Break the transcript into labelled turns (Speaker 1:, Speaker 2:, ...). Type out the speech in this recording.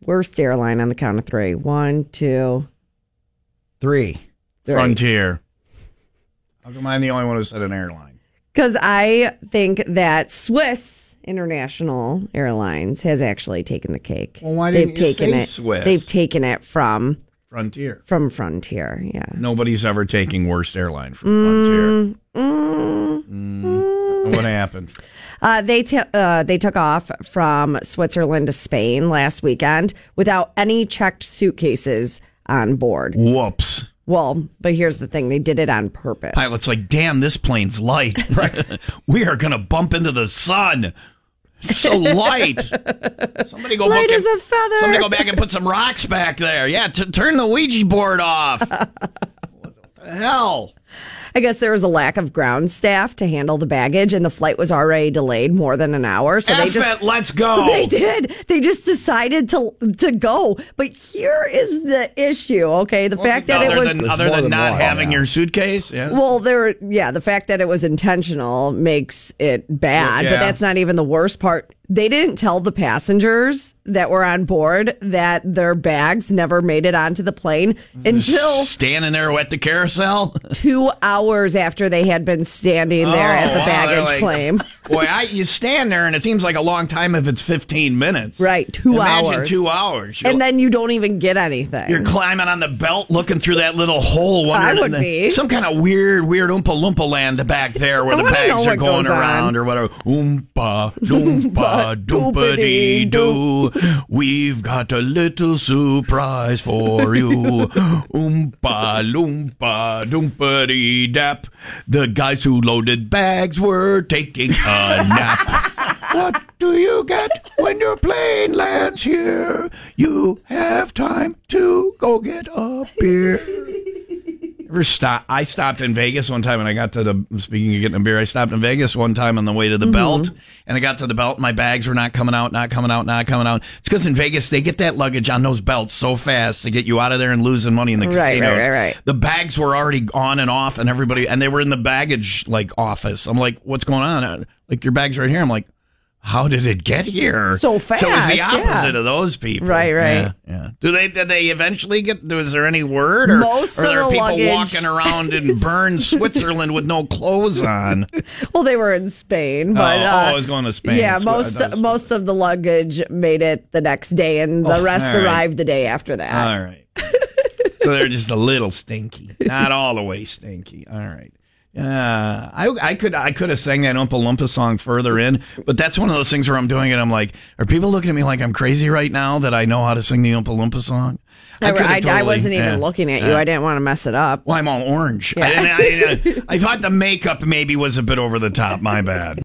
Speaker 1: Worst airline on the count of three. One, two,
Speaker 2: Three.
Speaker 1: three.
Speaker 3: Frontier. How come I'm the only one who said an airline?
Speaker 1: Because I think that Swiss International Airlines has actually taken the cake.
Speaker 3: Well, why
Speaker 1: They've
Speaker 3: didn't you
Speaker 1: taken
Speaker 3: say
Speaker 1: it.
Speaker 3: Swiss?
Speaker 1: They've taken it from
Speaker 3: Frontier.
Speaker 1: from Frontier. Yeah.
Speaker 3: Nobody's ever taking worst airline from Frontier.
Speaker 1: Mm.
Speaker 3: And what happened?
Speaker 1: Uh, they t- uh, they took off from Switzerland to Spain last weekend without any checked suitcases on board.
Speaker 3: Whoops.
Speaker 1: Well, but here's the thing: they did it on purpose.
Speaker 3: Pilot's like, damn, this plane's light. we are going to bump into the sun. It's so light. Somebody go
Speaker 1: Light
Speaker 3: book
Speaker 1: as
Speaker 3: and-
Speaker 1: a feather.
Speaker 3: Somebody go back and put some rocks back there. Yeah, t- turn the Ouija board off. what the hell?
Speaker 1: I guess there was a lack of ground staff to handle the baggage, and the flight was already delayed more than an hour. So they
Speaker 3: F
Speaker 1: just
Speaker 3: it, let's go.
Speaker 1: They did. They just decided to to go. But here is the issue. Okay, the fact that
Speaker 3: other
Speaker 1: it was
Speaker 3: than,
Speaker 2: There's
Speaker 3: other
Speaker 2: more
Speaker 3: than
Speaker 2: than
Speaker 3: not
Speaker 2: one,
Speaker 3: having
Speaker 2: yeah.
Speaker 3: your suitcase, yeah.
Speaker 1: well, there. Yeah, the fact that it was intentional makes it bad.
Speaker 3: Yeah.
Speaker 1: But that's not even the worst part. They didn't tell the passengers that were on board that their bags never made it onto the plane until
Speaker 3: standing there at the carousel. Oh,
Speaker 1: two hours after they had been standing there at the
Speaker 3: wow, they're
Speaker 1: baggage
Speaker 3: like-
Speaker 1: claim.
Speaker 3: Boy, I, you stand there and it seems like a long time if it's 15 minutes.
Speaker 1: Right, two
Speaker 3: Imagine
Speaker 1: hours.
Speaker 3: two hours. You're,
Speaker 1: And then you don't even get anything.
Speaker 3: you're climbing on the belt, looking through that little hole. Wondering
Speaker 1: I would
Speaker 3: if the-
Speaker 1: be.
Speaker 3: Some kind of weird, weird Oompa Loompa land back there where
Speaker 1: I
Speaker 3: the
Speaker 1: wanna
Speaker 3: bags
Speaker 1: know
Speaker 3: are
Speaker 1: what
Speaker 3: going
Speaker 1: goes on.
Speaker 3: around or whatever. Oompa Loompa Doopity Doo. We've got a little surprise for you. Oompa Loompa Doompity Dap. The guys who loaded bags were taking a nap. What do you get when your plane lands here? You have time to go get a beer. Ever stop? I stopped in Vegas one time, and I got to the speaking of getting a beer. I stopped in Vegas one time on the way to
Speaker 1: Mm-hmm.
Speaker 3: the belt, and I got to the belt. and My bags were not coming out, not coming out, not coming out. It's because in Vegas they get that luggage on those belts so fast to get you out of there and losing money in the
Speaker 1: Right, right,
Speaker 3: casinos.
Speaker 1: right, right.
Speaker 3: The bags were already on and off, and everybody and they were in the baggage like office. I'm like, what's going on? Uh, Like your bags right here. I'm like. How did it get here
Speaker 1: So
Speaker 3: So it was
Speaker 1: fast,
Speaker 3: the
Speaker 1: yeah.
Speaker 3: opposite of those people,
Speaker 1: Right, right.
Speaker 3: Yeah, yeah. Do they? Did they eventually get? Was there any word? Or,
Speaker 1: Most
Speaker 3: or
Speaker 1: of
Speaker 3: there are
Speaker 1: the
Speaker 3: people
Speaker 1: luggage-
Speaker 3: walking around in Bern, Switzerland with no clothes on.
Speaker 1: Well, they were in Spain,
Speaker 3: oh,
Speaker 1: but
Speaker 3: oh,
Speaker 1: uh,
Speaker 3: I was going to Spain.
Speaker 1: Yeah,
Speaker 3: Swi- I
Speaker 1: most
Speaker 3: thought it was-
Speaker 1: most of the luggage made it the next day, and the rest
Speaker 3: Oh, all right. Uh,
Speaker 1: arrived the day after that.
Speaker 3: All right. so they're just a little stinky, not all the way stinky. All right. Yeah, I, I could I could have sang that Oompa Loompa song further in, but that's one of those things where I'm doing it. I'm like, are people looking at me like I'm crazy right now that I know how to sing the Oompa Loompa song?
Speaker 1: I,
Speaker 3: could have
Speaker 1: I- I
Speaker 3: totally-
Speaker 1: wasn't even
Speaker 3: yeah,
Speaker 1: looking at
Speaker 3: yeah.
Speaker 1: you. I didn't want to mess it up.
Speaker 3: Well, I'm all orange. I, didn't, I, didn't- I thought the makeup maybe was a bit over the top. My bad.